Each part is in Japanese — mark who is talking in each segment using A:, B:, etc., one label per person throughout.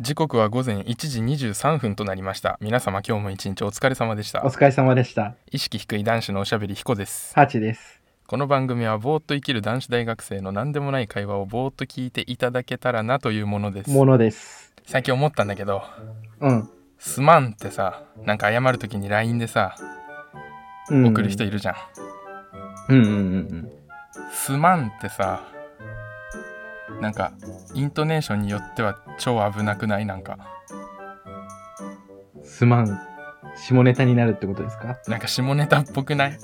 A: 時刻は午前1時23分となりました皆様今日も一日お疲れ様でし
B: お
A: た
B: 疲れ様でした。
A: 意識低い男子のおしゃべり彦です
B: ハチです。
A: この番組はぼーっと生きる男子大学生の何でもない会話をぼーっと聞いていただけたらなというものです
B: ものです。
A: 最近思ったんだけど
B: うん。
A: すまんってさなんか謝るときに LINE でさ
B: うん、
A: 送る人いるじゃん、
B: うんうんうん
A: すまんってさなんかイントネーションによっては超危なくないなんか
B: うん。すまん。下ネタになるってことですか
A: なんか下ネタっぽくない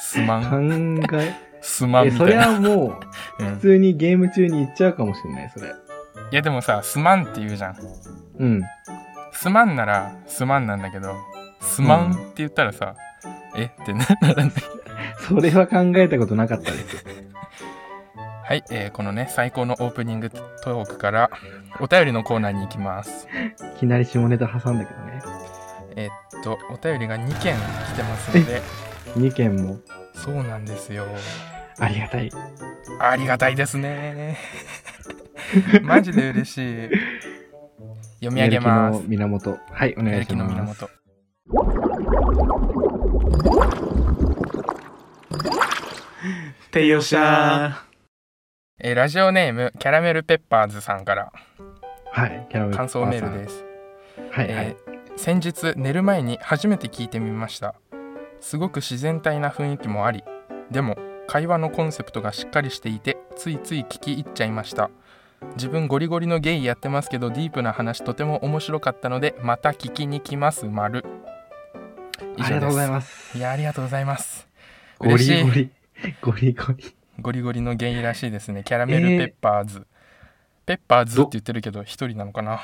A: すま
B: 考
A: ん
B: え。
A: す まん
B: え、
A: み
B: そ
A: たい
B: れ
A: な、
B: はも
A: う
B: う、
A: ん
B: 普、通にゲーム中に行っちゃうかもしれない、それ。
A: いやでもさすまんって言うじゃん
B: うん。
A: すまんならすまんなんだけどすまんって言ったらさ、えってなならない
B: それは考えたことなかったです。
A: はい、えーこのね最高のオープニングトークからお便りのコーナーに行きます
B: いきなり下ネタ挟んだけどね。
A: えっとお便りが2件来てますので
B: 2件も。
A: そうなんですよ
B: ありがたい。
A: ありがたいですね マジで嬉しい読み上げま
B: や
A: す
B: る気の源。はい、お
A: や
B: 願い
A: る
B: し
A: 気の
B: ま
A: 源
B: す。
C: てよっしゃ
A: えーラジオネームキャラメルペッパーズさんから
B: はい、キャラメル。
A: 感想メールです
B: す。はい、はい
A: え。ー先日寝る前に初めて聞いてみましたすごく自然体な雰囲気もありでも会話のコンセプトがしっかりしていてついつい聞き入っちゃいました自分ゴリゴリのゲイやってますけどディープな話とても面白かったのでまた聞きに来ます丸以上です
B: ありがとうございます。
A: いやありがとうございます
B: ゴ
A: 嬉し
B: リ
A: い
B: ゴリ。ゴリゴリ。
A: ゴリゴリのゲイらしいですねキャラメルペッパーズ、ペッパーズって言ってるけど一人なのかな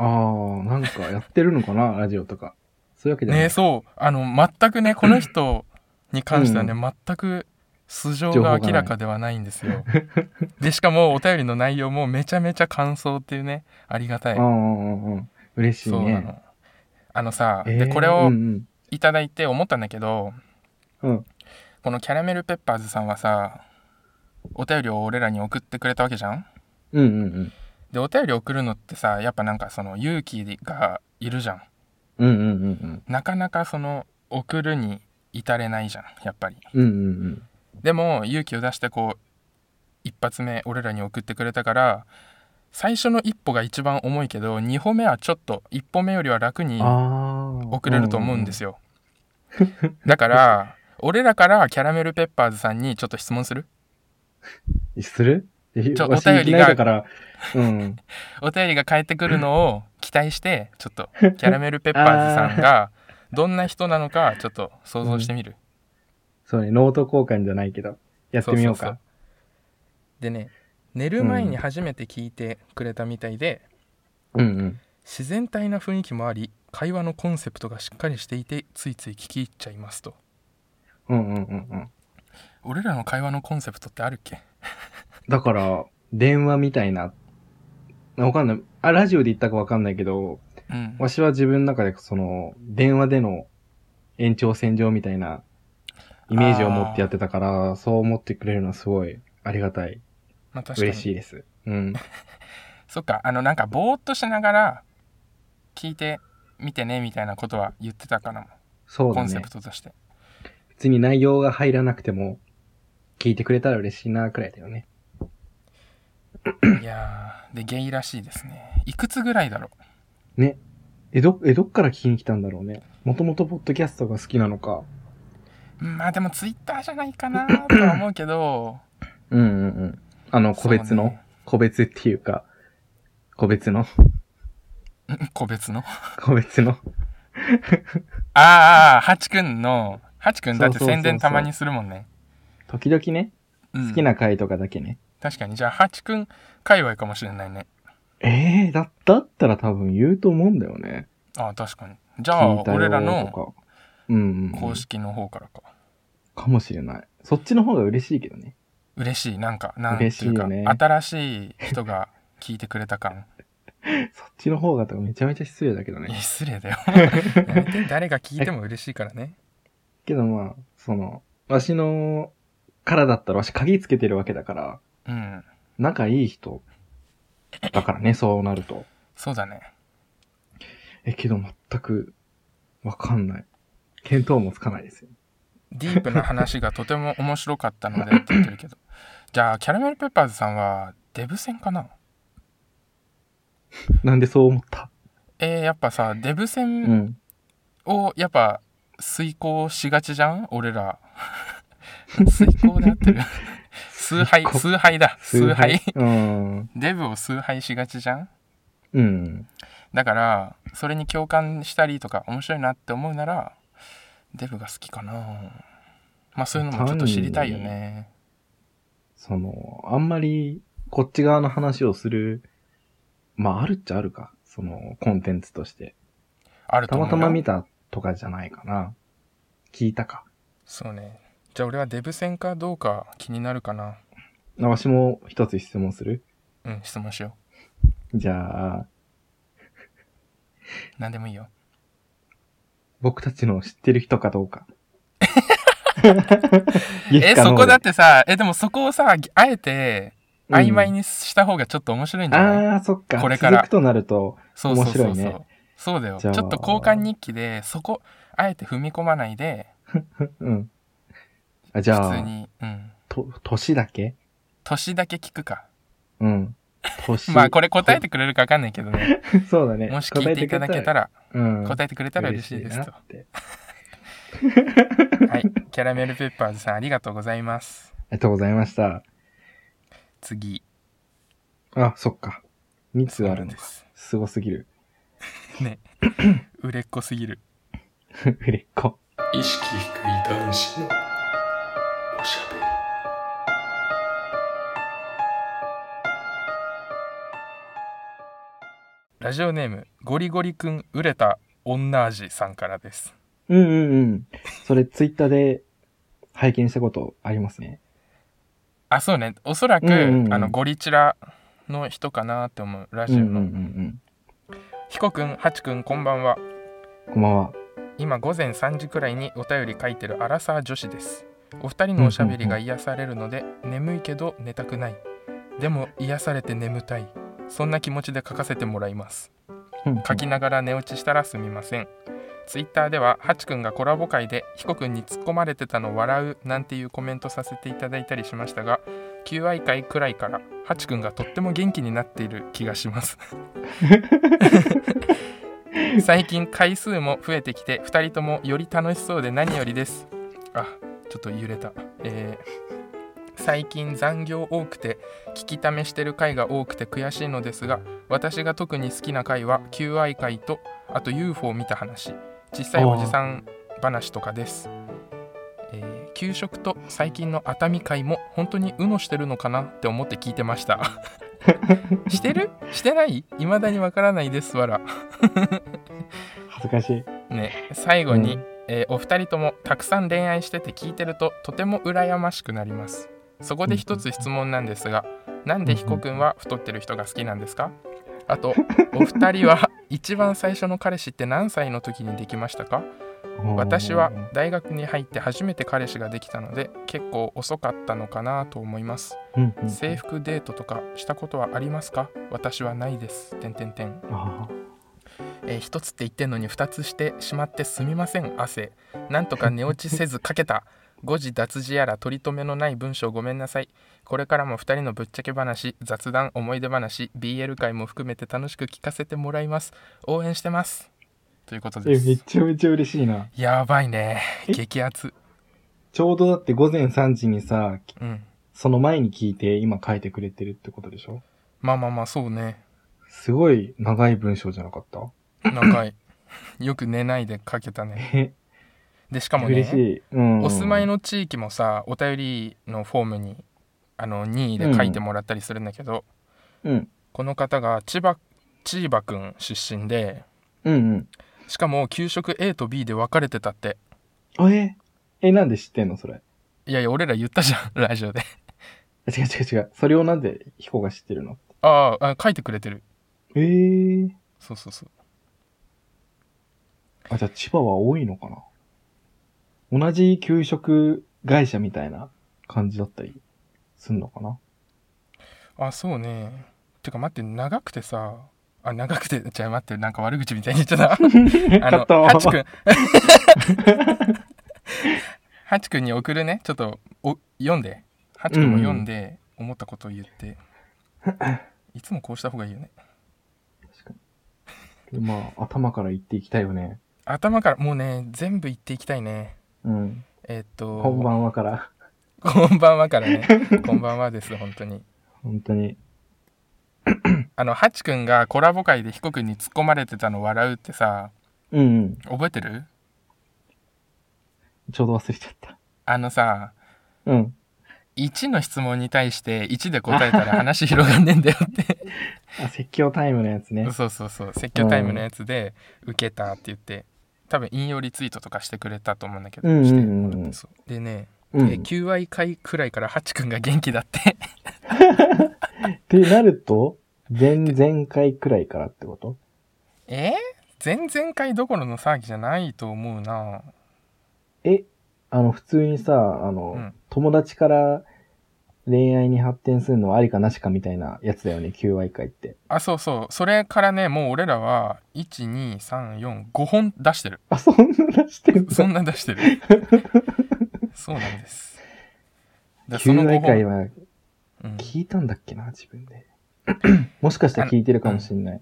B: あー、なんかやってるのかな ラジオとか。そういうわけじゃない。
A: ねそうあの全くねこの 人に関してはね、
B: う
A: 全く素性
B: 情報
A: が
B: が
A: 明らかではないんですよでしかもお便りの内容もめちゃめちゃ感想っていうねありがたい、
B: うんうんうんうん。嬉しいね。
A: そうなのあのさ、
B: えー
A: でこれ
B: う
A: を
B: ん
A: いただいて思ったんだけど、
B: うんうん
A: このキャラメルペッパーズさんはさお便りを俺らに送ってくれたわけじゃん
B: うんうん
A: でお便り送るのってさやっぱなんかその勇気がいるじゃん
B: うんうんうんうん
A: なかなかその送るに至れないじゃんやっぱり
B: うんうん
A: でも勇気を出してこう一発目俺らに送ってくれたから最初の一歩が一番重いけど2歩目はちょっと一歩目よりは楽
B: う
A: に
B: んああ
A: 送れると思うんですすよ、だから俺らからキャラメルペッパーズさんにちょっと質問する
B: する
A: ちょ
B: わし
A: お便りが
B: いきなりだからうん
A: お便りが返ってくるのを期待してちょっとキャラメルペッパーズさん がどんな人なのかちょっと想像してみる、
B: そうねノート交換じゃないけど やってみよう
A: そうそう
B: か
A: そうでね寝る前に初めて聞いてくれたみたいで、
B: うんうん
A: 自然体な雰囲気もあり会話のコンセプトがしっかりしていてついつい聞き入っちゃいますと
B: うんうんうんうん
A: 俺らの会話のコンセプトってあるっけ
B: だから電話みたいなわかんないあラジオで言ったかわかんないけど
A: うん
B: わしは自分の中でその電話での延長線上みたいなイメージを持ってやってたからそう思ってくれるのはすごいありがたい
A: まあ確かに
B: 嬉しいですうん
A: そっかあのなんかぼーっとしながら聞いてみてねみたいなことは言ってたかな、
B: そう
A: コ
B: だ
A: ンセ
B: ね
A: プ。トとして
B: 別に内容が入らなくても、聞いてくれたら嬉しいな、くらいだよね。
A: いやーでゲイらしいですねいくつぐらいだろ
B: え、ど、え、どっから聞きに来たんだろうね。もともとポッドキャストが好きなのか。
A: うまあでもツイッターじゃないかなとは思うけど
B: うんうんうん。あの、 個別の、
A: そうね
B: 個別っていうか、個別の、
A: うん個別の
B: 個別の。
A: あーあーハチくんのハチくんだっ
B: そ
A: て
B: うそうそうそ
A: 宣
B: う
A: 伝たまにするもんね
B: 時々ね、
A: うん
B: 好きな回とかだけね。
A: 確かにじゃあハチくん界隈かもしれないね
B: ええー、だ、だったら多分言うと思うんだよね。
A: ああ確かにじゃあ
B: 聞いたよ
A: 俺ら
B: ー
A: の
B: とか。うん、うん。
A: 公式の方からか
B: かもしれない。そっちの方が嬉しいけどね。
A: 嬉しいなんかなんて
B: 嬉し
A: い
B: いう
A: か
B: よね
A: 新しい人が聞いてくれた 感
B: そっちの方がとかめちゃめちゃ失礼だけど
A: いや
B: ね。
A: 失礼 だよやめて誰が聞いても嬉しいからね
B: けどまあ、その、わしの、からだったらわし鍵つけてるわけだから、
A: うん
B: 仲いい人だからね、そうなると。
A: そうだね。
B: え、けど全くわかんない。見当もつかないですよ。
A: ディープな話がとても面白かったの でって言ってるけど。じゃあ、キャラメルペッパーズさんはデブ戦かな
B: なんでそう思った
A: えー、やっぱさ、デブ
B: う
A: 戦
B: ん。
A: をやっぱ遂行しがちじゃん俺ら。 遂行で合ってる。崇拝、
B: 遂行
A: 崇拝だ。崇拝。
B: うん。
A: デブを崇拝しがちじゃん
B: うん。
A: だから、それに共感したりとか面白いなって思うなら、デブが好きかなまあそういうのもちょっと知りたいよね。
B: その、あんまり、こっち側の話をする、まあ、あるっちゃあるか。その、コンテンツとして。
A: あると
B: た
A: 思うよ
B: またま見たとかじゃないかな。聞いたか。
A: そうね。じゃあ俺はデブ戦かどうか気になるかな。
B: あわしも一つ質問する
A: うん、質問しよ
B: じゃあ、
A: う。何でもいいよ。
B: 僕たちの知ってる人かどうか。 イ
A: え、
B: エスかノ
A: そ
B: ー
A: こだっ
B: で
A: てさ、え、でもそこをさ、あえて曖昧にした方がちょっと面白いんじゃない、
B: ああ、そっか。
A: これから
B: 続くとなると、
A: そうそうそうそう。
B: 面白いね
A: そうだよ。ち
B: じ
A: ょ
B: ゃ
A: っ
B: あ
A: と交換日記で、そこ、あえて踏み込まないで、
B: うん。あじ
A: 普
B: ゃ
A: 通
B: あ、
A: に、うん。
B: と、年だけ
A: 年だけ聞くか。
B: うん。年。
A: まあこれ答えてくれるかわかんないけどね。
B: れ。 そうだ ね。
A: もし聞いていただけた
B: ら、
A: ら、
B: うん。
A: 答えてくれたら嬉しいです
B: 嬉
A: と
B: な。って
A: はい。キャラメルペッパーズさんありがとうございます。
B: ありがとうございました。
A: 次。
B: あ、そっか。2通あるん
A: で
B: です。
A: す。
B: すごすぎる。
A: ね。売れっ子すぎる。
B: 売れっ子。
C: 意識低い男子のおしゃべり。
A: ラジオネームゴリゴリくん売れた女味さんからです
B: うんうんうん。それ、ツイッターで拝見したことありますね。
A: あそうねおそらく、
B: うんうんうん
A: あのゴリチラの人かなって思うラ
B: う
A: ジオ
B: んう
A: の、
B: んうん
A: ひこくんはちくんこんばんは
B: うん。こんばんは。
A: 今午前3時くらいにお便り書いてるアラサー女子ですお二人のおしゃべりが癒されるので、眠いけど寝たくないでも癒されて眠たいそんな気持ちで書かせてもらいます
B: うん
A: 書きながら寝落ちしたらすみません。ツイッターではハチくんがコラボ会でヒコくんに突っ込まれてたの笑うなんていうコメントさせていただいたりしましたが9回くらいからハチくんがとっても元気になっている気がします最近回数も増えてきて2人ともより楽しそうで何よりですあちょっと揺れたえー最近残業多くて聞きためしてる回が多くて悔しいのですが私が特に好きな回は求愛回とあと UFO を見た話小さいおじさん話とかです、えー給食と最近の熱海会も本当にうのしてるのかなって思って聞いてました してるしてない未だにわからないですわら
B: 恥ずかしい。
A: ね最後に、
B: う
A: えーお二人ともたくさん恋愛してて聞いてるととても羨ましくなりますそこで一つ質問なんですが、なんで彦くんは太ってる人が好きなんですかあ とお二人は一番最初の彼氏って何歳の時にできましたか私は大学に入って初めて彼氏ができたので結構遅かったのかなと思います
B: うんうん、
A: 制服デートとかしたことはありますか私はないですてんてんてん
B: あ
A: えー一つって言ってんのに二つしてしまってすみません汗なんとか寝落ちせ ずかけた誤字脱字やら取り留めのない文章ごめんなさいこれからも二人のぶっちゃけ話雑談思い出話 BL 会も含めて楽しく聞かせてもらいます応援してますということ
B: ーえ、
A: で
B: め
A: す
B: ちゃめちゃ嬉しいな。
A: やばいね
B: え
A: 激アツ
B: ちょうどだって午前3時にさ、
A: うん
B: その前に聞いて今書いてくれてるってことでしょ
A: まあまあまあそうね
B: すごい長い文章じゃなかった
A: 長いよく寝ないでかけたね
B: え、
A: でしかもね
B: 嬉しい。うん。
A: お住まいの地域もさお便りのフォームにあの任意で書いてもらったりするんだけど、
B: うん。
A: この方が千葉千葉くん出身で
B: うん
A: しかも給食 A と B で分かれてたって
B: うん。え、え、なんで知ってんのそれ。
A: いやいや俺ら言ったじゃん ラジオで
B: あ 違う違う違う。それをなんでヒコが知ってるの
A: あああ書いてくれてる
B: ええー。
A: そうそうそう
B: あ、じゃあ千葉は多いのかな同じ給食会社みたいな感じだったり すんのかな
A: あそうねてか待って長くてさあ、長くて、じゃあ待って、なんか悪口みたいに言っちゃった。あ
B: カ
A: の、
B: ット
A: ハチ君。 ハチ君に送るね。ちょっと、お読んで。ハチ君も読んで、思ったことを言って。いつもこうした方がいいよね。
B: まあ、頭から言っていきたいよね。
A: 頭から、もうね、全部言っていきたいね。
B: うん。
A: えっと、
B: こんばんはから。
A: こんばんはからね。こんばんはです、本当に。
B: 本当に。
A: あの、ハチ君がコラボ会で彦君に突っ込まれてたの笑うってさ、
B: うんうん。
A: 覚えてる
B: ちょうど忘れちゃった。
A: あのさ、
B: うん。
A: 1の質問に対して1で答えたら話広がんねえんだよって。
B: あ、説教タイムのやつね。
A: そうそうそう。説教タイムのやつで、受けたって言って、多分引用リツイートとかしてくれたと思うんだけど、
B: うんうんうん
A: してもらってそうでね、
B: う
A: え
B: ん。
A: 9割回くらいからハチ君が元気だって。
B: ってなると、前々回くらいからってこと
A: え前々回どころの騒ぎじゃないと思うな
B: え、あの、普通にさ、あの、
A: うん
B: 友達から恋愛に発展するのはありかなしかみたいなやつだよね、求愛会って。
A: あそうそうそれからねもう俺らは12345本出してる
B: あ、そんな出してるん
A: そん
B: だ。
A: な出して るそうなんですだ
B: 求愛会
A: 本、
B: は
A: うん
B: 聞いたんだっけな、自分 で。もしかしたら聞いてるかもしんない。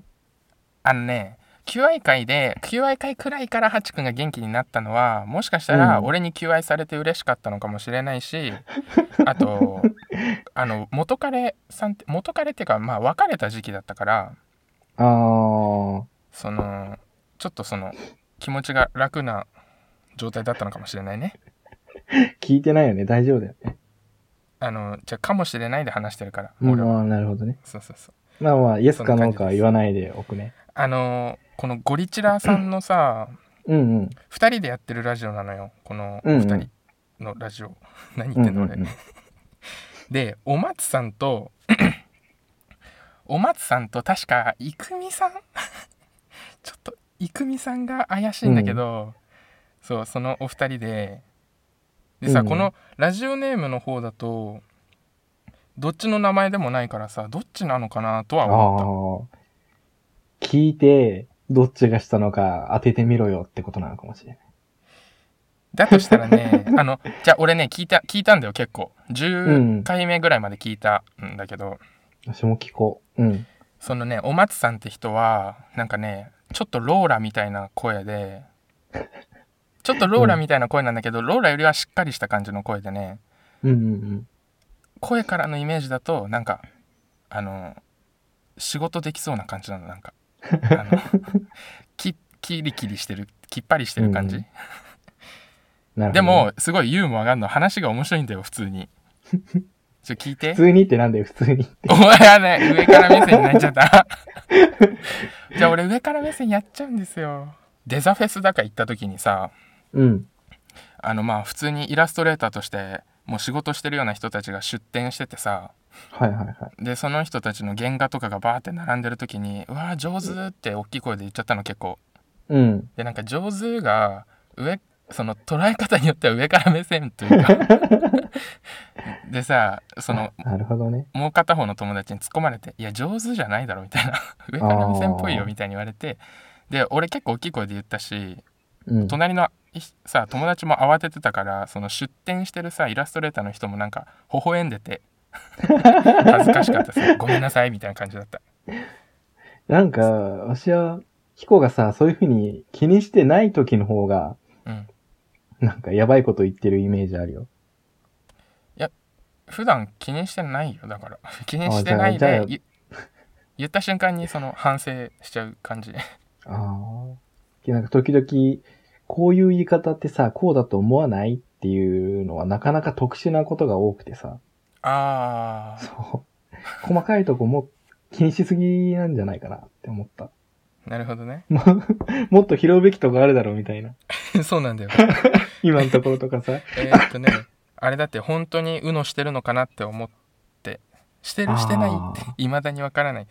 A: あのね求愛会で求愛会くらいからハチ君が元気になったのはもしかしたら
B: うん
A: 俺に求愛されて嬉しかったのかもしれない し、あとあの元彼さんって元彼っていうかまあ別れた時期だったから
B: あー、
A: そのちょっとその気持ちが楽な状態だったのかもしれないね
B: 聞いてないよね、大丈夫だよね。
A: あのじゃあかもしれないで話してるから
B: うん
A: 俺は、
B: あーなるほどね。
A: そうそうそう
B: まあまあ、イエスかノー
A: そ
B: か
A: んな感じ
B: は
A: です
B: 言わないでおくね。
A: あのこのゴリチラさんの さ
B: うんうん。
A: 2人でやってるラジオなのよこの
B: うんう
A: 2
B: ん
A: 人のラジオ、何言ってんの俺、
B: うんうんうん
A: でお松さんとお松さんと確かいくみさん ちょっといくみさんが怪しいんだけど、そうそのお二人ででさ、
B: うん
A: このラジオネームの方だとどっちの名前でもないからさどっちなのかなとは
B: あ
A: 思っ
B: ー、聞いて、どっちがしたのか当ててみろよってことなのかもしれない。
A: ただとしたら ねあのじゃあ俺ね聞いた聞いたんだよ結構
B: うん
A: 10回目ぐらいまで聞いたんだけど、
B: 私も聞こう。うん。
A: そのねお松さんって人はなんかねちょっとローラみたいな声でちょっとローラみたいな声なんだけど、ローラよりはしっかりした感じの声でね
B: うんうんうん。
A: 声からのイメージだとなんかあの仕事できそうな感じなのなんかあの きキリキリしてるきっぱりしてる感じ、
B: うんなるほどね
A: でも、すごいユーモアがあるの話が面白いんだよ普通 にちょ聞いて
B: 普通にってなんだよ、普通にって。
A: お前はね、上から目線になっちゃった。じゃあ俺上から目線やっちゃうんですよ。デザフェスだか行った時にさ、
B: うん。
A: あのまあ普通にイラストレーターとしてもう仕事してるような人たちが出店しててさ、
B: はいはいはい。
A: でその人たちの原画とかがバーって並んでる時に、うわー上手って大きい声で言っちゃったの結構。
B: うん。
A: でなんか上手が上その捉え方によっては上から目線というかでさその
B: なるほどね。
A: もう片方の友達に突っ込まれて「いや上手じゃないだろ」みたいな 「上から目線っぽいよ」
B: あー
A: みたいに言われてで俺結構大きい声で言ったし
B: うん。
A: 隣のいさ友達も慌ててたからその出店してるさイラストレーターの人もなんか微笑んでて 恥ずかしかった さ「ごめんなさい」みたいな感じだった
B: なんか、わしは、ヒコがさ、そういうふうに気にしてない時の方が、
A: うん
B: なんかやばいこと言ってるイメージあるよ。
A: 普段気にしてないよだから 気にしてない
B: じゃあじゃ
A: で
B: あ
A: ゆ言った瞬間にその反省しちゃう 感じ
B: ああ。なんか時々、こういう言い方ってさ、こうだと思わないっていうのはなかなか特殊なことが多くてさ、
A: あー
B: そう。細かいとこも気にしすぎなんじゃないかなって思った。
A: なるほどね
B: も もっと拾うべきとこあるだろうみたいな。
A: そうなんだよ
B: 今のところとか さ。
A: えーっとね、あれだって本当に UNO してるのかなって思って、してるしてない
B: あ
A: って、いまだにわからない。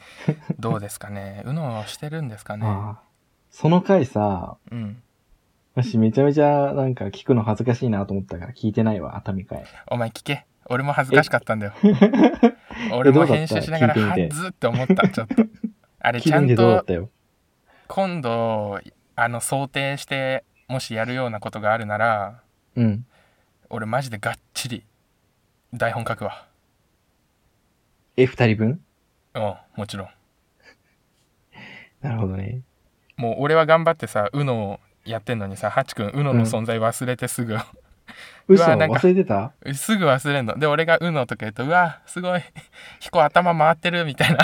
A: どうですかね ?UNO をしてるんですかね
B: ああ。その回さ、
A: うん。
B: 私めちゃめちゃなんか聞くの恥ずかしいなと思ったから聞いてないわ、熱海回。
A: お前聞け。俺も恥ずかしかったんだよ。俺も
B: えどうだ
A: 編
B: った
A: 集しながら、
B: 聞いてみて
A: はずって思った、ちょっと。あれ
B: キ
A: ちゃ
B: リン
A: ん
B: でどうだ
A: と
B: ったよ。
A: 今度あの想定してもしやるようなことがあるなら
B: うん。
A: 俺マジでがっちり台本書くわ
B: え、二人分
A: うんもちろん
B: なるほどね。
A: もう俺は頑張ってさ UNO をやってんのにさハチ君 UNO
B: うん
A: の存在忘れてすぐ、 う
B: 嘘
A: わなんか
B: 忘れ てた
A: すぐ忘れんので俺が UNO とか言うとうわすごい 彦頭回ってるみたいな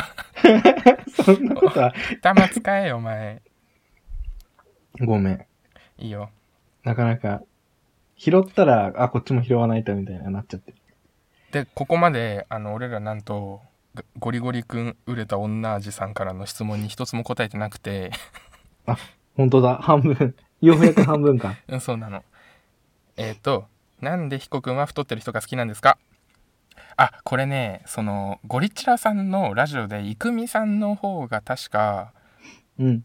B: そんなことは。
A: 頭使えよお前
B: ごめん。
A: いいよ
B: なかなか、拾ったら、あ、こっちも拾わないとみたいななっちゃってる。
A: でここまであの俺らなんとゴゴリゴリ君売れた女味さんからの質問に一つも答えてなくて
B: 本当だ、半分。ようやく半分 か。
A: うんそうなのえっ、となんで彦君は太ってる人が好きなんですかあこれねそのゴリチラさんのラジオで郁美さんの方が確か
B: うん。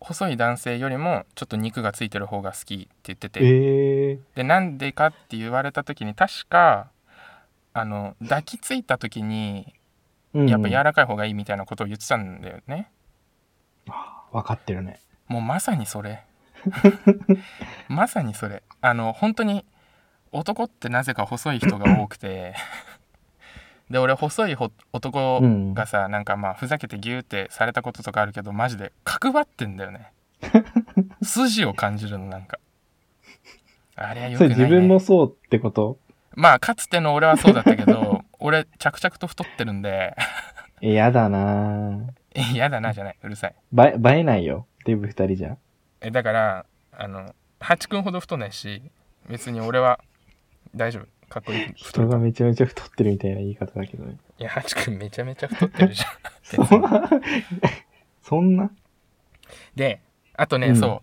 A: 細い男性よりもちょっと肉がついてる方が好きって言ってて
B: ええ
A: でなんでかって言われた時に確かあの抱きついた時に
B: うん。
A: やっぱ柔らかい方がいいみたいなことを言ってたんだよね、
B: わかってるね。
A: もうまさにそれ まさにそれあの本当に男ってなぜか細い人が多くてで俺細いほ男
B: うん。
A: がさなんかまあふざけてギューってされたこととかあるけどマジで角張ってんだよ ね筋を感じるのなんかあれはよ
B: そ
A: く
B: れ
A: ない、ね、
B: 自分もそうってこと
A: まあかつての俺はそうだったけど 俺着々と太ってるんで
B: え、やだなぁ。
A: 嫌だなじゃないうるさい
B: ばえ、ばえないよ。デブ二人じゃ。
A: えだからあのハチ君ほど太ないし別に俺は大丈夫かっこいい太
B: 人
A: る
B: がめちゃめちゃ太ってるみたいな言い方だけどね。
A: いやハチ君めちゃめちゃ太ってるじゃん別に
B: そんな
A: であとね、
B: うん
A: そう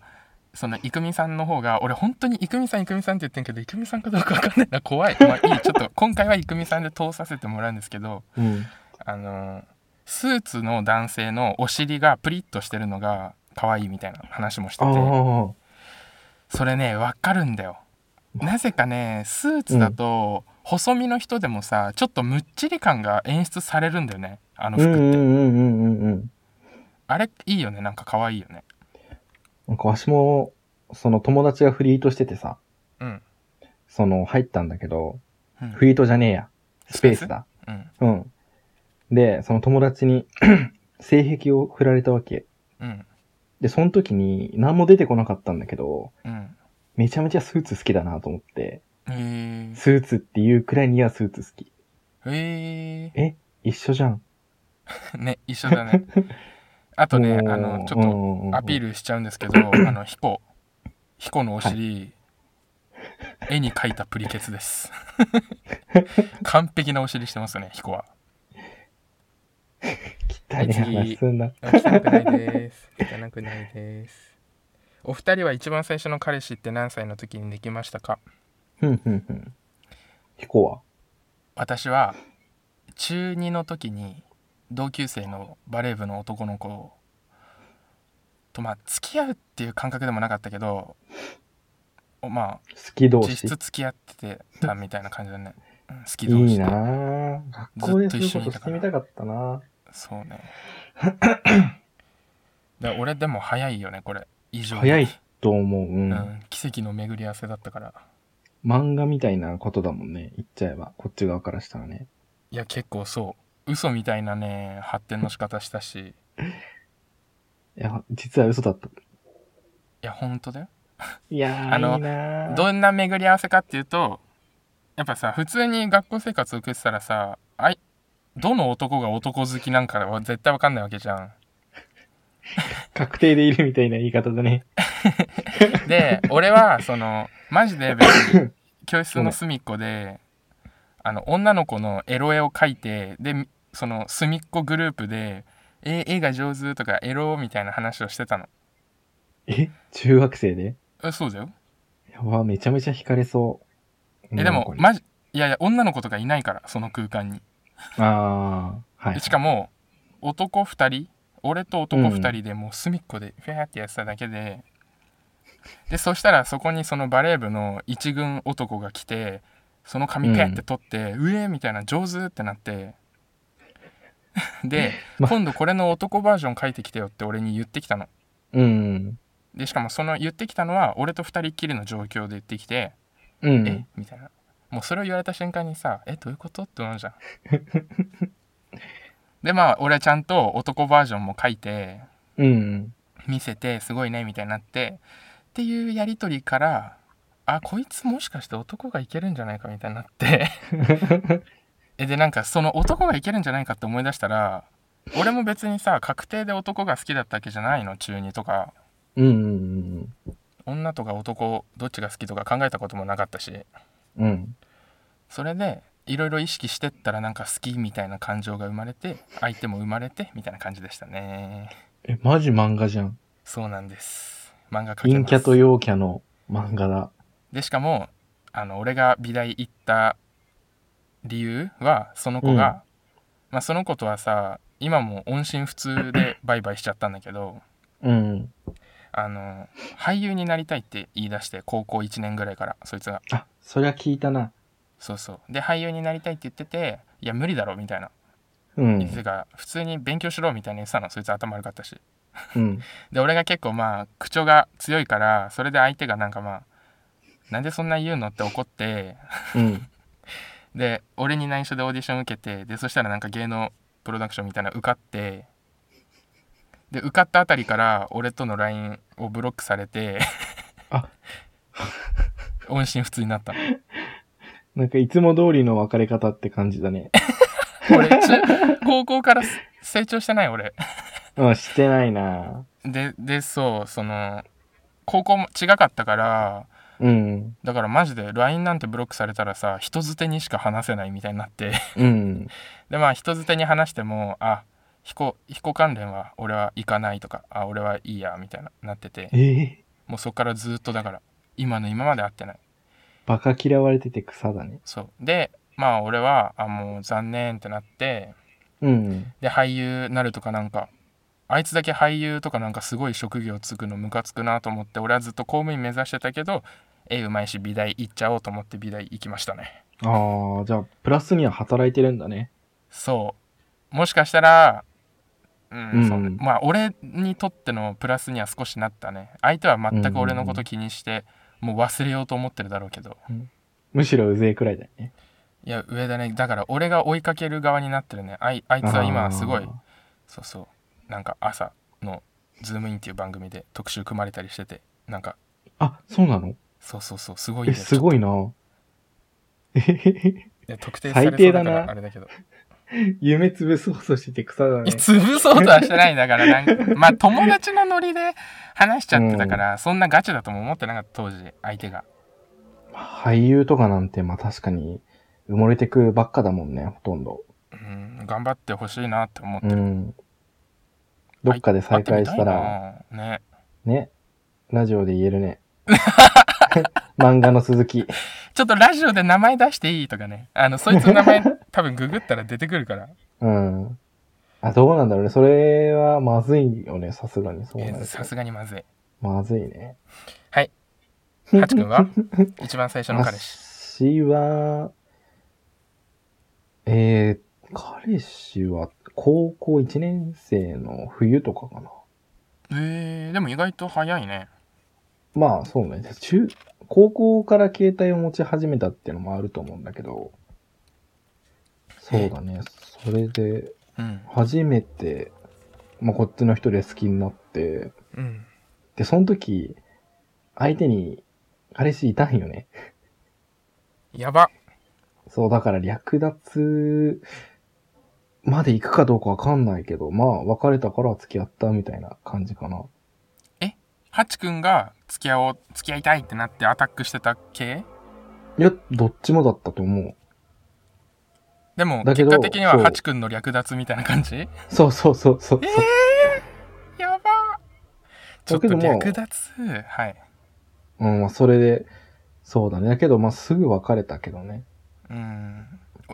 A: その郁美さんの方が俺本当に郁美さん郁美さんって言ってんけど郁美さんかどうか分かんないな怖いまあ いいちょっと今回は郁美さんで通させてもらうんですけど
B: うん。
A: あのスーツの男性のお尻がプリッとしてるのが可愛いみたいな話もして
B: あ
A: て
B: あ。
A: それね分かるんだよなぜかねスーツだと細身の人でもさちょっとむっちり感が演出されるんだよねあの
B: う
A: 服って、
B: んうんうんうんうんうん。
A: あれいいよねなんか可愛いよね
B: なんかわしも、その友達がフリートしててさ、
A: うん、
B: その入ったんだけど、
A: うん
B: フリートじゃねえや。スペースだ。
A: うん
B: うん。で、その友達に 性癖を振られたわけ。
A: うん
B: で、その時に何も出てこなかったんだけど、
A: うん
B: めちゃめちゃスーツ好きだなと思って、
A: へ
B: スーツっていうくらいにはスーツ好き。
A: えへ
B: 一緒じゃん。
A: えね一緒だ ねあとねあのちょっと
B: と
A: アピー
B: ル。
A: ルしちゃうんです けど、あの、ヒコ、ヒコのお尻、絵に描いたプリケツです。 完璧なお尻してますね、ヒコは。
B: 汚い話すんな。
A: 汚くないです。汚くないです。お二人は一番最初の彼氏って何歳の時にできましたか
B: ふんふんふん。ヒコは
A: 私は、中2の時に、同級生のバレー部の男の子と、まあ、付き合うっていう感覚でもなかったけど、まあ、
B: 好き同
A: 実
B: 士
A: 質。付き合ってたみたいな感じだね。うん好き
B: い
A: 同士
B: い
A: で
B: なぁ。学校でそういうことしてみたかったなぁ。
A: そうね。 だ俺でも早いよね、これ。以上に。
B: 早いと思う。う。
A: うんん。奇跡の巡り合わせだったから。
B: 漫画みたいなことだもんね。言っちゃえば。こっち側からしたらね。
A: いや、結構そう。嘘みたいなね、発展の仕方したし。
B: いや、実は嘘だった。
A: いや、本当だよ。
B: いやー、
A: あの
B: いいなぁ
A: どんな巡り合わせかっていうと、やっぱさ、普通に学校生活送ってたらさ、あい、どの男が男好きなんかは絶対わかんないわけじゃん。
B: 確定でいるみたいな言い方だね。
A: で俺はそのマジで別に教室の隅っこであの女の子のエロ絵を描いてでみその隅っこグループで「え絵が上手」とか「エロ」みたいな話をしてたの
B: え中学生で
A: えそうだよ
B: やば、めちゃめちゃ惹かれそう。
A: えでも
B: これ
A: マジいやいや女の子とかいないからその空間に
B: ああ、はい。
A: でしかも男2人俺と男2人でもう隅っこでフェーってやってただけで、でそしたらそこにそのバレー部の一軍男が来てその髪ペって取って、うえーみたいな上手ってなってで、
B: ま
A: 今度これの男バージョン書いてきてよって俺に言ってきたの
B: うん。
A: でしかもその言ってきたのは俺と二人っきりの状況で言ってきて「
B: うん
A: え。みたいなもうそれを言われた瞬間にさ「えどういうこと?」って思うじゃ んでまあ俺はちゃんと男バージョンも書いて
B: うん。
A: 見せてすごいねみたいになってっていうやり取りからあこいつもしかして男がいけるんじゃないかみたいになって えでなんかその男がいけるんじゃないかって思い出したら俺も別にさ確定で男が好きだったわけじゃないの中2とか
B: うん。うん。
A: 女とか男どっちが好きとか考えたこともなかったし
B: うん。
A: それでいろいろ意識してったらなんか好きみたいな感情が生まれて相手も生まれてみたいな感じでしたね
B: え、マジ漫画じゃん。
A: そうなんです漫画描け
B: 陰
A: ます
B: キャと陽キャの漫画だ。
A: でしかもあの俺が美大行った理由はその子が、
B: うん
A: まあ、その子とはさ今も音信不通でバイバイしちゃったんだけど
B: うん。
A: あの俳優になりたいって言い出して高校1年ぐらいからそいつが
B: あ、そりゃ聞いたな。
A: そうそうで俳優になりたいって言ってていや無理だろみたいな、
B: う
A: い
B: ん。
A: つが普通に勉強しろみたいに言ってたのそいつ頭悪かったし
B: うん。
A: で俺が結構まあ口調が強いからそれで相手がなんかまあなんでそんな言うのって怒って
B: うん。
A: で俺に内緒でオーディション受けてでそしたらなんか芸能プロダクションみたいなの受かってで受かったあたりから俺との LINE をブロックされて
B: あ
A: 音信不通になったの
B: なんかいつも通りの別れ方って感じだね。
A: 俺中高校からす成長してない俺
B: うん、してないな。
A: ででそうその高校も違かったから
B: うん。
A: だからマジで LINE なんてブロックされたらさ人づてにしか話せないみたいになって
B: うん。
A: でまあ人づてに話してもあ彦彦関連は俺は行かないとかあ俺はいいやみたいななってて
B: ええ
A: もうそっからずっとだから今の今まで会ってない
B: バカ嫌われてて草だね。
A: そうでまあ俺はあもう残念ってなって
B: うん。
A: で俳優なるとかなんかあいつだけ俳優とかなんかすごい職業つくのムカつくなと思って俺はずっと公務員目指してたけど絵うまいし美大行っちゃおうと思って美大行きましたね
B: ああ、じゃあ、プラスには働いてるんだね。
A: そうもしかしたらうん、
B: うん
A: そうねまあ俺にとってのプラスには少しなったね相手は全く俺のこと気にして、もう忘れようと思ってるだろうけど
B: むしろうぜえくらいだよね。
A: いや上だねだから俺が追いかける側になってるねあいあいつは今すごい
B: あー
A: そうそうなんか朝の「ズームインっていう番組で特集組まれたりしててなんか
B: あ、そうなの
A: そうそうそうすごい
B: え、
A: ね
B: すごいな。えへへへ
A: いや特定されそうだか
B: 最低だ
A: ら
B: な
A: あれだけど
B: 夢潰そうとしてて草だ
A: い
B: ね
A: や。潰そうとはしてないんだからなん かまあ友達のノリで話しちゃってたから、そんなガチだとも思ってなかった当時相手が
B: 俳優とかなんて、まあ確かに、埋もれてくばっかだもんね、ほとんど。
A: うん頑張ってほしいなって思って
B: う
A: る、
B: ん。どっかで再会したら、
A: 会ってみたいなね
B: ね、ラジオで言え るね。漫画の続き。
A: ちょっとラジオで名前出していいとかねあのそいつの名 前多分ググったら出てくるから
B: うん。あ、どうなんだろうね。それはまずいよね、さすがに。そうなん
A: え
B: です
A: さすがにまずい
B: まずいね。
A: ハチ君 は一番最初の彼氏
B: 私は、えー、彼氏は高校1年生の冬とかかな。
A: えー、でも意外と早いね
B: まあそうね。中、高校から携帯を持ち始めたっていうのもあると思うんだけど、そうだね。それで、
A: うん
B: 初めて、まあこっちの人で好きになって、
A: うん
B: で、その時、相手に彼氏いたんよね。
A: やば
B: そう、だから略奪まで行くかどうかわかんないけど、まあ、別れたから付き合ったみたいな感じかな。
A: ハチ君が付き合おう付き合いたいってなってアタックしてた系
B: いや、どっちもだったと思う。
A: でも
B: だけ
A: 結
B: ど
A: 果的には
B: そう
A: ハチ君の略奪みたいな感じ
B: そうそうそうそう。
A: えー、やばちょっと
B: だけどもう
A: 略奪はい
B: うん、まあ、それで、そうだね。だけど、まあ、すぐ別れたけどね。
A: うん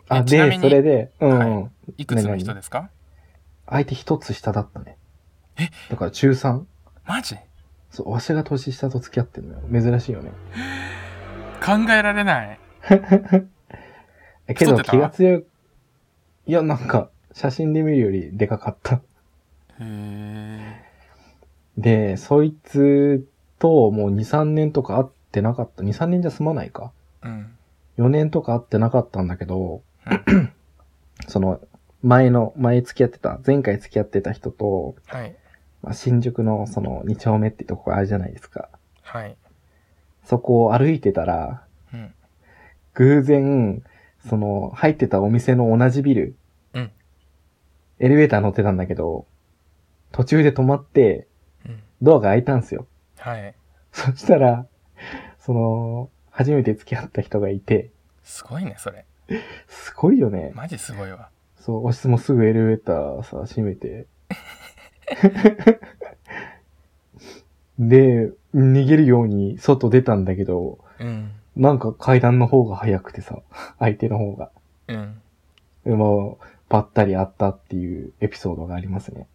B: あ、
A: えちなみ
B: で、
A: に
B: それで、うん、うん
A: いくつの人ですか
B: 相手一つ下だったね。
A: え
B: だから中 3?
A: マジ
B: そう、わしが年下と付き合ってんのよ。珍しいよね。
A: 考えられない
B: えけ
A: 太
B: ど
A: ってた
B: 気が強い。いや、なんか、写真で見るよりでかかった。
A: へえ。
B: で、そいつともう2、3年とか会ってなかった。2、3年じゃ済まないか。
A: うん。
B: 4年とか会ってなかったんだけど
A: う、
B: その、前の、前付き合ってた、前回付き合ってた人と、
A: はい。
B: まあ、新宿のその2丁目ってとこがあるじゃないですか。
A: はい。
B: そこを歩いてたら、
A: うん。
B: 偶然、その、入ってたお店の同じビル。
A: うん
B: エレベーター乗ってたんだけど、途中で止まって、
A: うん。
B: ドアが開いたんすよ。
A: はい。
B: そしたら、その、初めて付き合った人がいて、
A: すごいね、それ。
B: すごいよね。
A: マジすごいわ。
B: そう、押しもすぐエレベーターさ、閉めて。 で、逃げるように外出たんだけど、
A: うん。
B: なんか階段の方が早くてさ、 相手の方が。
A: うん。
B: でも、ばったり会ったっていうエピソードがありますね。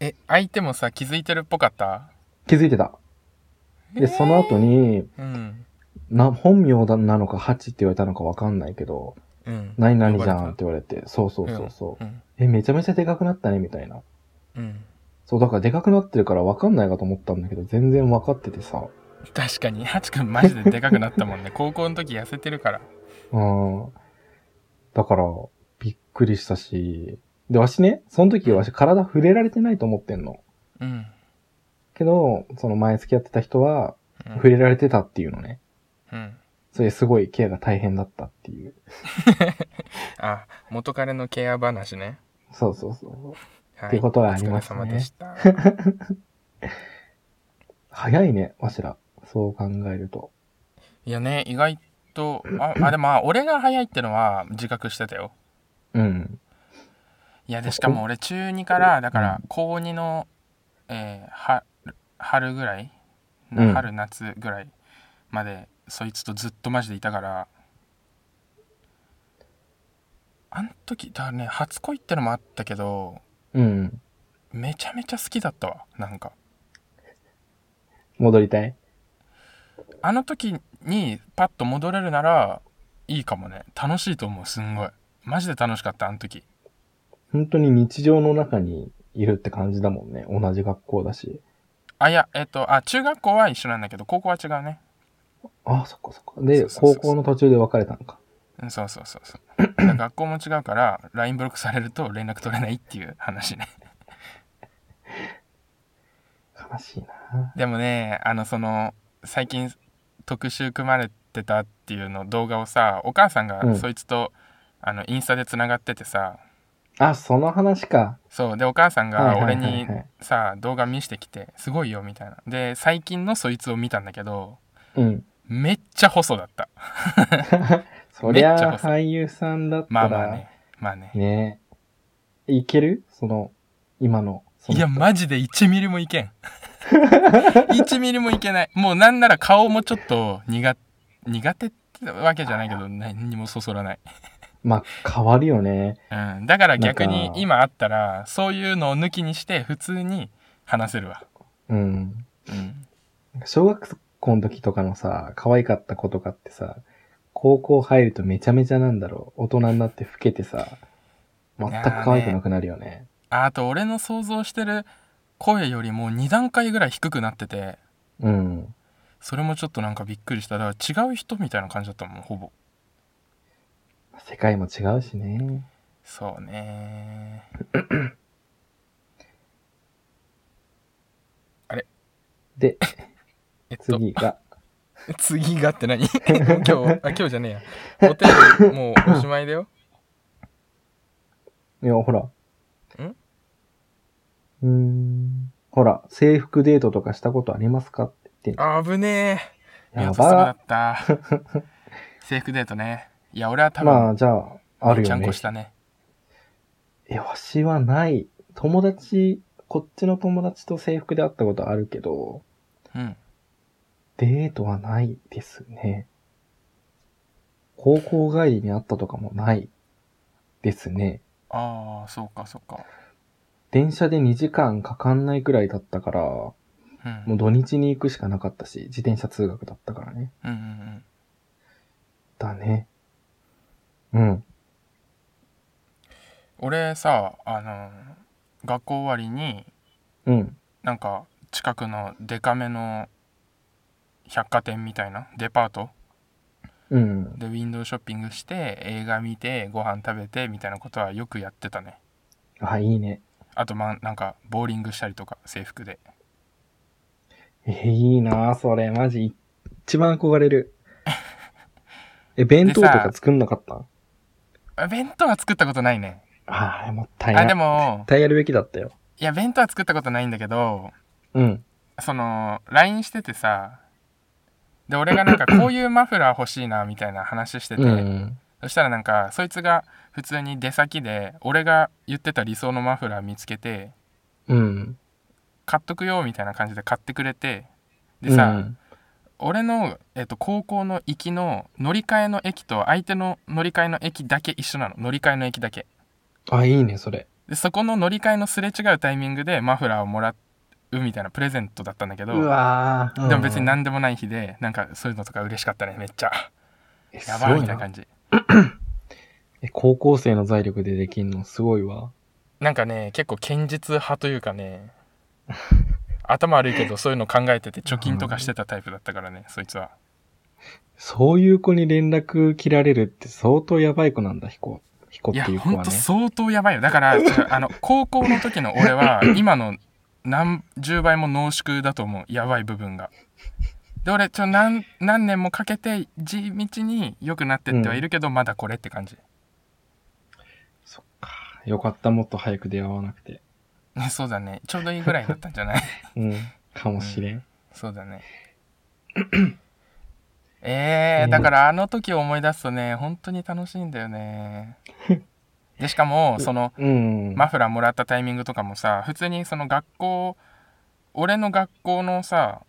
A: え、相手もさ、気づいてるっぽかった
B: 気づいてた。で、その後。に、
A: えーうん。
B: な、本名だなのか、ハチって言われたのかわかんないけど、
A: うん。
B: 何々じゃんっ
A: 呼ばれ
B: て言われて、そうそう
A: た
B: そうそう、
A: うん。
B: え、めちゃめちゃでかくなったね、みたいな。
A: うん。
B: そう、だからでかくなってるからわかんないかと思ったんだけど、全然わかっててさ。
A: 確かに、ハチくんマジででかくなったもん ね。高校の時痩せてるから。
B: うん。だから、びっくりしたし、で、わしね、その時わし体触れられてないと思ってんの。
A: うん。
B: けど、その前付き合ってた人は、
A: うん
B: 触れられてたっていうのね。
A: うん。
B: それすごいケアが大変だったっていう。
A: あ、元彼のケア話ね。
B: そうそうそう。
A: はい。
B: っていうことがありますね
A: お疲れ様でした。
B: 早いね、わしら。そう考えると。
A: いやね、意外と、あ、あでもまあ、俺が早いってのは自覚してたよ。
B: うん。
A: いやでしかも俺中2からだから高2の、えーは春ぐらい、
B: うん
A: 春夏ぐらいまでそいつとずっとマジでいたからあん時だからね初恋ってのもあったけど
B: うん。
A: めちゃめちゃ好きだったわなんか
B: 戻りたい
A: あの時にパッと戻れるならいいかもね楽しいと思うすんごいマジで楽しかったあの時
B: 本当に日常の中にいるって感じだもんね。同じ学校だし。
A: あいやえっとあ中学校は一緒なんだけど高校は違うね
B: ああ、そっかそっか。で、
A: そうそうそう
B: 高校の途中で別れたのか。
A: うんそうそうそうそうだから学校も違うから LINE ブロックされると連絡取れないっていう話ね
B: 悲しいな。
A: でもねあのその最近特集組まれてたっていうの動画をさお母さん
B: う
A: が
B: ん
A: そいつと、あのインスタでつながっててさ
B: あ、その話か。
A: そうでお母さんが
B: はいは
A: 俺
B: いはいはい
A: にさ動画見してきて「すごいよ」みたいなで最近のそいつを見たんだけど
B: うん。
A: めっちゃ細だった
B: そり
A: めっちゃ
B: ゃあ
A: 細
B: 俳優さんだった
A: ま
B: ら、
A: あまあねまあね
B: ねいけるその、今の。その
A: いや、マジで1ミリもいけん。1ミリもいけない。もうなんなら顔もちょっと苦苦手ってわけじゃないけど、何にもそそらない。
B: まあ、変わるよね。
A: うん。だから逆
B: なん
A: に
B: か
A: 今あったら、そういうのを抜きにして、普通に話せるわ。
B: うん。
A: うん。
B: 小学校の時とかのさ、可愛かった子とかってさ、高校入るとめちゃめちゃなんだろう。大人になって老けてさ、全く可愛くなくなるよね。
A: ああと、俺の想像してる声よりも2段階ぐらい低くなってて、
B: うん。
A: それもちょっとなんかびっくりした。だから違う人みたいな感じだったもん、ほぼ。
B: 世界も違うしね。
A: そう ねあれ
B: で、
A: えっと、
B: 次が、
A: 次がって 何今日、あ、今日じゃねえや。お便り、もうおしまいだよ。
B: いや、ほら。うーん。ほら、制服デートとかしたことありますかって言って
A: あぶねえ。
B: ん
A: や
B: や
A: ばそうだ
B: ば。
A: った。制服デートね。いや、俺は多分、
B: まあ、じゃあ、ある
A: ちゃ
B: よ
A: ん
B: ね
A: こ。したね。
B: え、わしはない。友達、こっちの友達と制服で会ったことあるけど、
A: うん。
B: デートはないですね。高校帰りに会ったとかもないですね。
A: ああ、そうか、そうか。
B: 電車で2時間かかんないくらいだったから、も
A: うん。
B: う土日に行くしかなかったし、自転車通学だったからね。
A: うんうんうん。
B: だね。うん。
A: 俺さあの学校終わりに
B: うん。
A: なんか近くのデカめの百貨店みたいなデパート
B: うん。
A: でウィンドウショッピングして映画見てご飯食べてみたいなことはよくやってたね
B: あ、いいね。
A: あとまあなんかボーリングしたりとか制服で
B: えーいいなそれ。マジ、一番憧れる。え、弁当とか作んなかった
A: あ弁当は作ったことないね
B: ああ、もったいない。
A: あで
B: も。
A: も
B: 絶対やるべきだったよ。
A: いや弁当は作ったことないんだけど
B: うん。
A: その LINE しててさで俺がなん かこういうマフラー欲しいなみたいな話してて、
B: うん。
A: そしたらなんかそいつが普通に出先で俺が言ってた理想のマフラー見つけて
B: うん。
A: 買っとくよみたいな感じで買ってくれてでさ、
B: うん
A: 俺の、えっと高校の行きの乗り換えの駅と相手の乗り換えの駅だけ一緒なの乗り換えの駅だけ
B: あ、いいね、それ。
A: でそこの乗り換えのすれ違うタイミングでマフラーをもらうみたいなプレゼントだったんだけど
B: うわー
A: でも別に
B: うん
A: 何でもない日でなんかそういうのとか嬉しかったねめっちゃ
B: え
A: や
B: す
A: ばい
B: ご
A: み
B: い
A: たいな
B: な。
A: 感じ
B: え、高校生の財力でできんのすごいわ。
A: なんかね結構堅実派というか ね頭悪いけどそういうの考えてて貯金とかしてたタイプだったからねそいつは
B: そういう子に連絡切られるって相当やばい子なんだ、ヒコ。ヒコっ
A: いや
B: ていう
A: ほ
B: 子
A: ん
B: は
A: と
B: ね。
A: 相当やばいよだ から違うあの高校の時の俺は今の何十倍も濃縮だと思うやばい部分がで俺ちょ何何年もかけて地道に良くなってってはいるけど、まだこれって感じ
B: そっか。よかった、もっと早く出会わなくて。
A: ねそうだねちょうどいいぐらいだったんじゃ ない
B: うん。かもしれん。
A: そうだねえー、だからあの時を思い出すとね本当に楽しいんだよねでしかもその
B: うん。
A: マフラーもらったタイミングとかもさ普通にその学校俺の学校のさ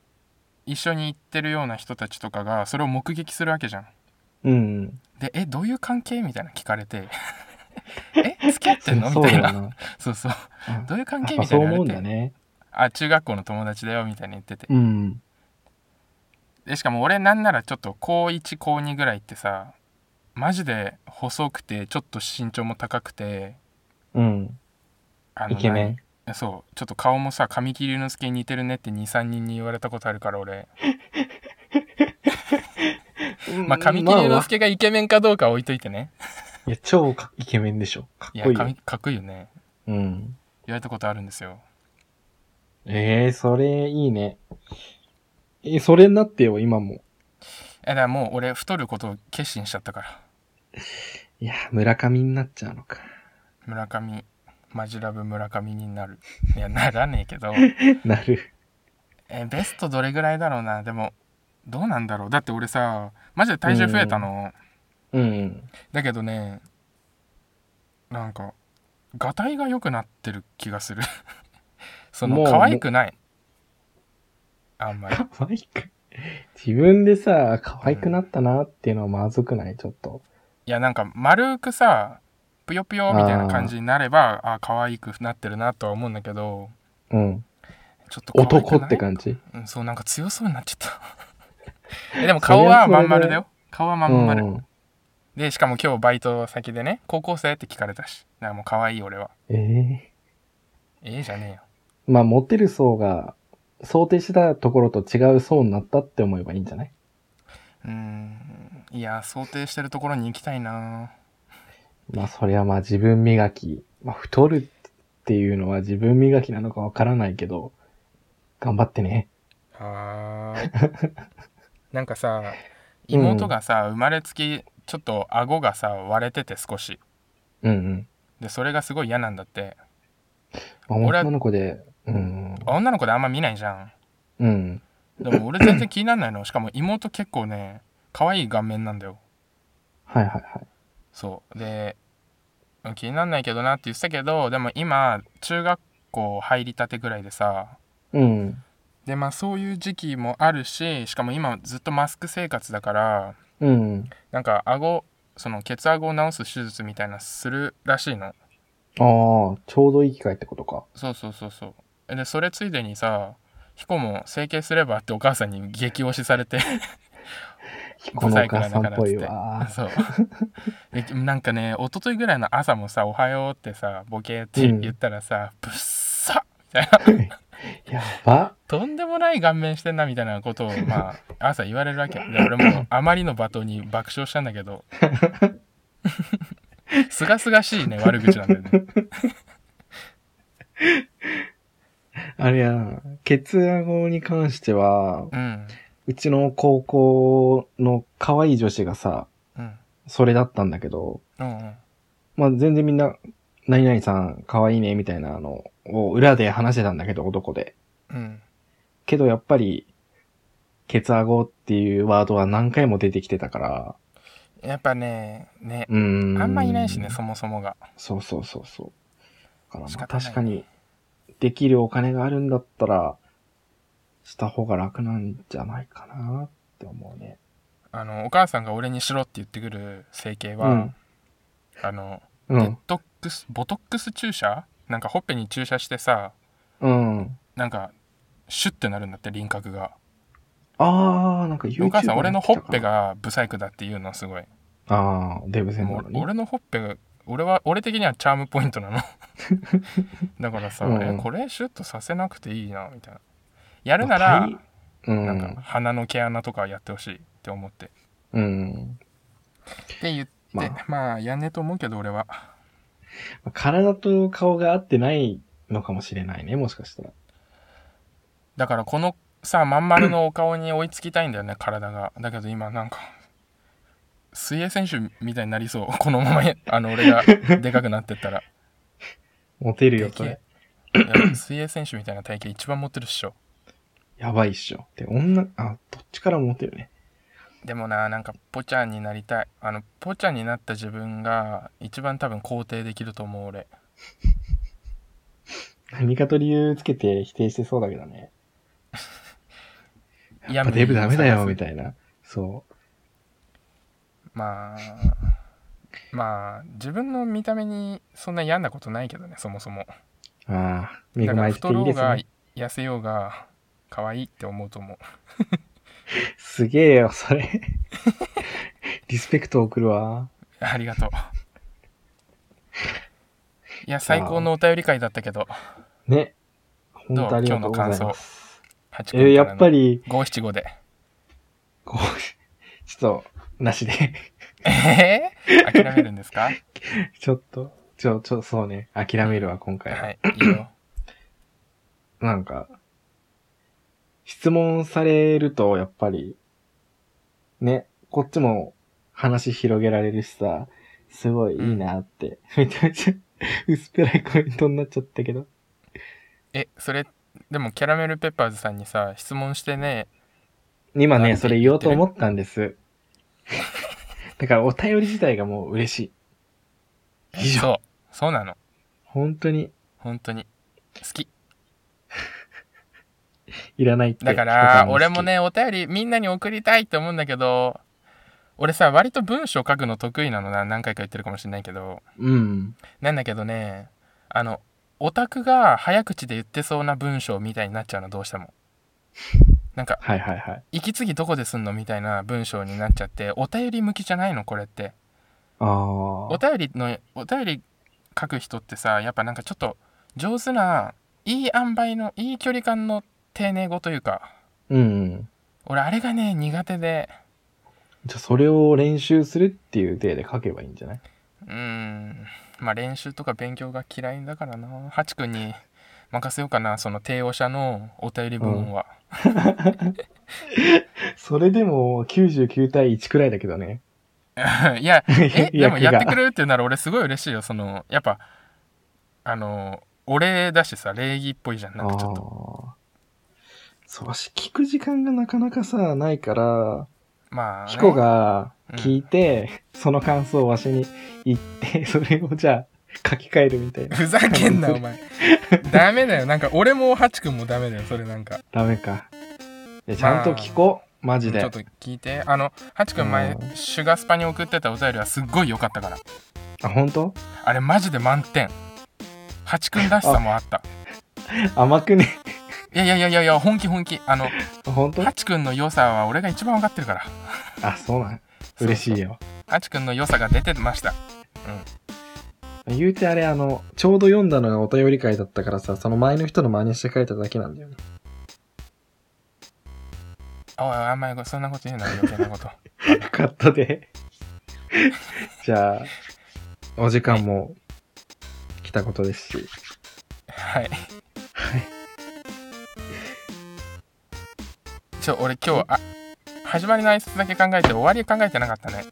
A: 一緒に行ってるような人たちとかがそれを目撃するわけじゃん。
B: うん。
A: で「えどういう関係?」みたいな聞かれて 「え付き合ってんの?」
B: そ
A: み
B: う
A: た
B: だ
A: いな
B: よな。
A: そうそう
B: う
A: 「
B: ん
A: どういう関
B: や
A: 係?」
B: っ
A: み
B: ぱ
A: た
B: そ
A: いうに言
B: 思
A: わ
B: うん
A: れて、
B: だね。
A: あ中学校の友達だよ」みたいに言ってて
B: うん。
A: でしかも俺なんならちょっと高1高2ぐらいってさマジで細くてちょっと身長も高くて
B: うん。
A: あの
B: イケメン。
A: そうちょっと顔もさ神木隆之介に似てるねって23人に言われたことあるから俺まあ神木隆之介がイケメンかどうかは置いといてね
B: いや、超かイケメンでしょ。かっ
A: いや
B: こいいよ。
A: 神かっこいいよね
B: うん。
A: 言われたことあるんですよ
B: ええー、それいいね。え、それになってよ、今も。
A: えだからもう俺太ることを決心しちゃったから
B: いや、村上になっちゃうのか。
A: 村上マジラブ村上になるいやならねえけ ど
B: なる。
A: えベストどれぐらいだろうなでもどうなんだろうだって俺さマジで体重増えたの
B: うん。
A: だけどねなんかがたいが良くなってる気がする その
B: もう
A: 可愛くないあん まり
B: 可愛く。自分でさ、可愛くなったなっていうのはまずくないちょっと。
A: いやなんか丸くさぷよぷよみたいな感じになればああ可愛くなってるなとは思うんだけど
B: うん。
A: ちょっと可愛くない
B: 男って感じ。
A: うんそうなんか強そうになっちゃった えでも顔はまん丸だよ顔はまん丸、
B: うん。
A: でしかも今日バイト先でね高校生って聞かれたしだからもう可愛い俺は
B: ええ
A: ええじゃねえよ
B: ー。まあ、モテる層が、想定したところと違う層になったって思えばいいんじゃないう
A: ーんいや想定してるところに行きたいな
B: まあ、それはまあ自分磨き。まあ、太るっていうのは自分磨きなのかわからないけど、頑張ってね。
A: はー いなんかさ妹がさ生まれつきちょっと顎がさ割れてて少し
B: うんうん。
A: でそれがすごい嫌なんだって
B: まあ、
A: 俺は
B: 女の子で、うん。
A: 女の子であんま見ないじゃん
B: うん。
A: でも俺全然気にならないのしかも妹結構ね可愛い顔面なんだよ
B: はいはいはい。
A: そうで気にならないけどなって言ってたけどでも今中学校入りたてぐらいでさ
B: うん。
A: でまあそういう時期もあるししかも今ずっとマスク生活だから
B: うん。
A: なんか顎その血顎を治す手術みたいなするらしいの
B: ああ、ちょうどいい機会ってことか。
A: そうそうそうそうでそれつい でにさ彦も整形すればってお母さんに激推しされて
B: 彦のお母さんっぽいわ。
A: そうでなんかね一昨日ぐらいの朝もさ「おはよう」ってさボケって言ったらさ「ぶっさ!」みたいな
B: やば。
A: とんでもない顔面してんなみたいなことを、まあ、朝言われるわけで俺もあまりの罵倒に爆笑したんだけ どすがすがしいね悪口なんだよね
B: あれやな、血圧に関しては、
A: うん
B: うちの高校の可愛い女子がさ、
A: うん
B: それだったんだけど、
A: うんうん
B: まあ全然みんな、何々さん可愛いねみたいなのを裏で話してたんだけど、男で。
A: うん
B: けどやっぱり、ケツアゴっていうワードは何回も出てきてたから、
A: やっぱねね
B: うーん。
A: あんまいないしねそもそもが
B: そうそうそうそう。だから
A: 仕
B: まあ
A: 方ない
B: 確かに、できるお金があるんだったら、した方が楽なんじゃないかなって思うね。
A: あのお母さんが俺にしろって言ってくる整形
B: う
A: は、
B: ん。
A: あの
B: う
A: デ
B: ん。
A: トックスボトックス注射なんかほっぺに注射してさ
B: うん。
A: なんかシュッてなるんだって輪郭が
B: あー、なんか YouTube
A: お母さん俺のほっぺ
B: が。
A: がブサイクだっていうのはすごい
B: あー、デブ戦
A: も
B: な
A: う
B: のに。
A: 俺のほっぺが俺は俺的にはチャームポイントな のだからさ、
B: うん
A: えこれシュッとさせなくていいなみたいなやるなら、
B: まあ大うん。
A: なんか鼻の毛穴とかやってほしいって思って
B: うん。
A: って言って
B: ま
A: ま
B: あ
A: あ、やんねえと思うけど俺は
B: 体と顔が合ってないのかもしれないね、もしかしたら。
A: だからこのさまん丸のお顔に追いつきたいんだよね体がだけど今なんか水泳選手みたいになりそう このままあの俺がでかくなってったら
B: モテるよ、
A: で
B: そ
A: け
B: れ
A: え。いや水泳選手みたいな体型一番モテるっしょ
B: やばいっしょ。で、女、あ、どっちからもモテるね。
A: でもななんかポチャになりたいあのポチャになった自分が一番多分肯定できると思う俺
B: 何かと理由つけて否定してそうだけどね。
A: い
B: やっぱデブダメだよ、み
A: い
B: たいな。そう。
A: なまあまあ自分の見た目にそんな病んだことないけどねそもそも
B: ああ、恵
A: だか
B: ま
A: ら
B: れてて
A: 太
B: い
A: ろ
B: いうです
A: が
B: ね。
A: 痩せようが可愛いって思うと思う
B: すげえよ、それ。 リスペクト送るわ。
A: ありが とういや最高のお便り会だったけど
B: ね。
A: どう
B: 本当ありがとうございます。
A: 8
B: えー、やっぱり、
A: 五七五で
B: こう、ちょっと、なしで。
A: えー、諦めるんですか
B: ちょっと、ちょ、ちょ、そうね。諦めるわ、今回は。
A: はいいいよ
B: なんか、質問されると、やっぱり、ね、こっちも話広げられるしさ、すごいいいなって、めちゃめちゃ薄っぺらいコメントになっちゃったけど。
A: えそれでもキャラメルペッパーズさんにさ質問してね
B: 今
A: な
B: ね、
A: んて
B: それ言おうと思ったんです。だからお便り自体がもう嬉しい。以上
A: そうそうなの
B: 本当に
A: 本当に好き
B: いらないって。
A: だか
B: 人
A: ら
B: 感好き
A: 俺も。ねお便りみんなに送りたいって思うんだけど俺さ割と文章書くの得意なのな何回か言ってるかもしれないけど
B: うん。
A: なんだけどねあのオタクが早口で言ってそうな文章みたいになっちゃうのどうして もなんか
B: はいはいはい。
A: 息継ぎどこですんのみたいな文章になっちゃってお便り向きじゃないのこれって
B: あ
A: お
B: あ。
A: 便りのお便り書く人ってさやっぱなんかちょっと上手ないい塩梅のいい距離感の丁寧語というか
B: うん。
A: 俺あれがね苦手で
B: じゃあそれを練習するっていう体で書けばいいんじゃないう
A: ーんまあ練習とか勉強が嫌いだからなハチ君に任せようかなその帝王者のお便り部門は、
B: それでも99対1くらいだけどね。
A: いや え
B: 役が
A: でもやってくれるってなら俺すごい嬉しいよそのやっぱあのお礼だしさ礼儀っぽいじゃんなんかちょっと
B: あーそうし、聞く時間がなかなかさ、ないから、
A: まあ、ね、
B: ヒコが聞いて、その感想をわしに言って、 それをじゃあ書き換えるみたい な。
A: ふざけんなお前ダメだよなんか俺もハチ君もダメだよそれなんか
B: ダメか。いやちゃんと聞こう。マジ
A: ちょ
B: で
A: っ。と聞いてあのハチ君前
B: うん
A: シュガスパに送ってたお便りはすっごい良かったから
B: あ、本当？
A: あれマジで満点ハチ君らしさもあった
B: 甘くね。
A: いやいやいやいやいや本気本気あ の
B: 本当
A: ハチ君の良さは俺が一番分かってるから
B: あ、そうなん。嬉しいよ。
A: ハチ君の良さが出てました
B: 言うてあれ、あの、ちょうど読んだのがお便り会だったからさ、その前の人の真似して書いただけなんだよね。
A: おいおいあんまりそんなこと言うな余計なこと
B: よかったで。じゃあ、お時間も来たことですし。
A: はい
B: はい。
A: ちょ俺今日あ始まりの挨拶だけ考えて終わり考えてなかったね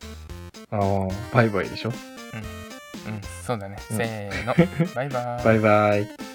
B: ああ、バイバイでしょ
A: うんそうだね、
B: うん
A: せーのバイバーイ
B: バイバイ。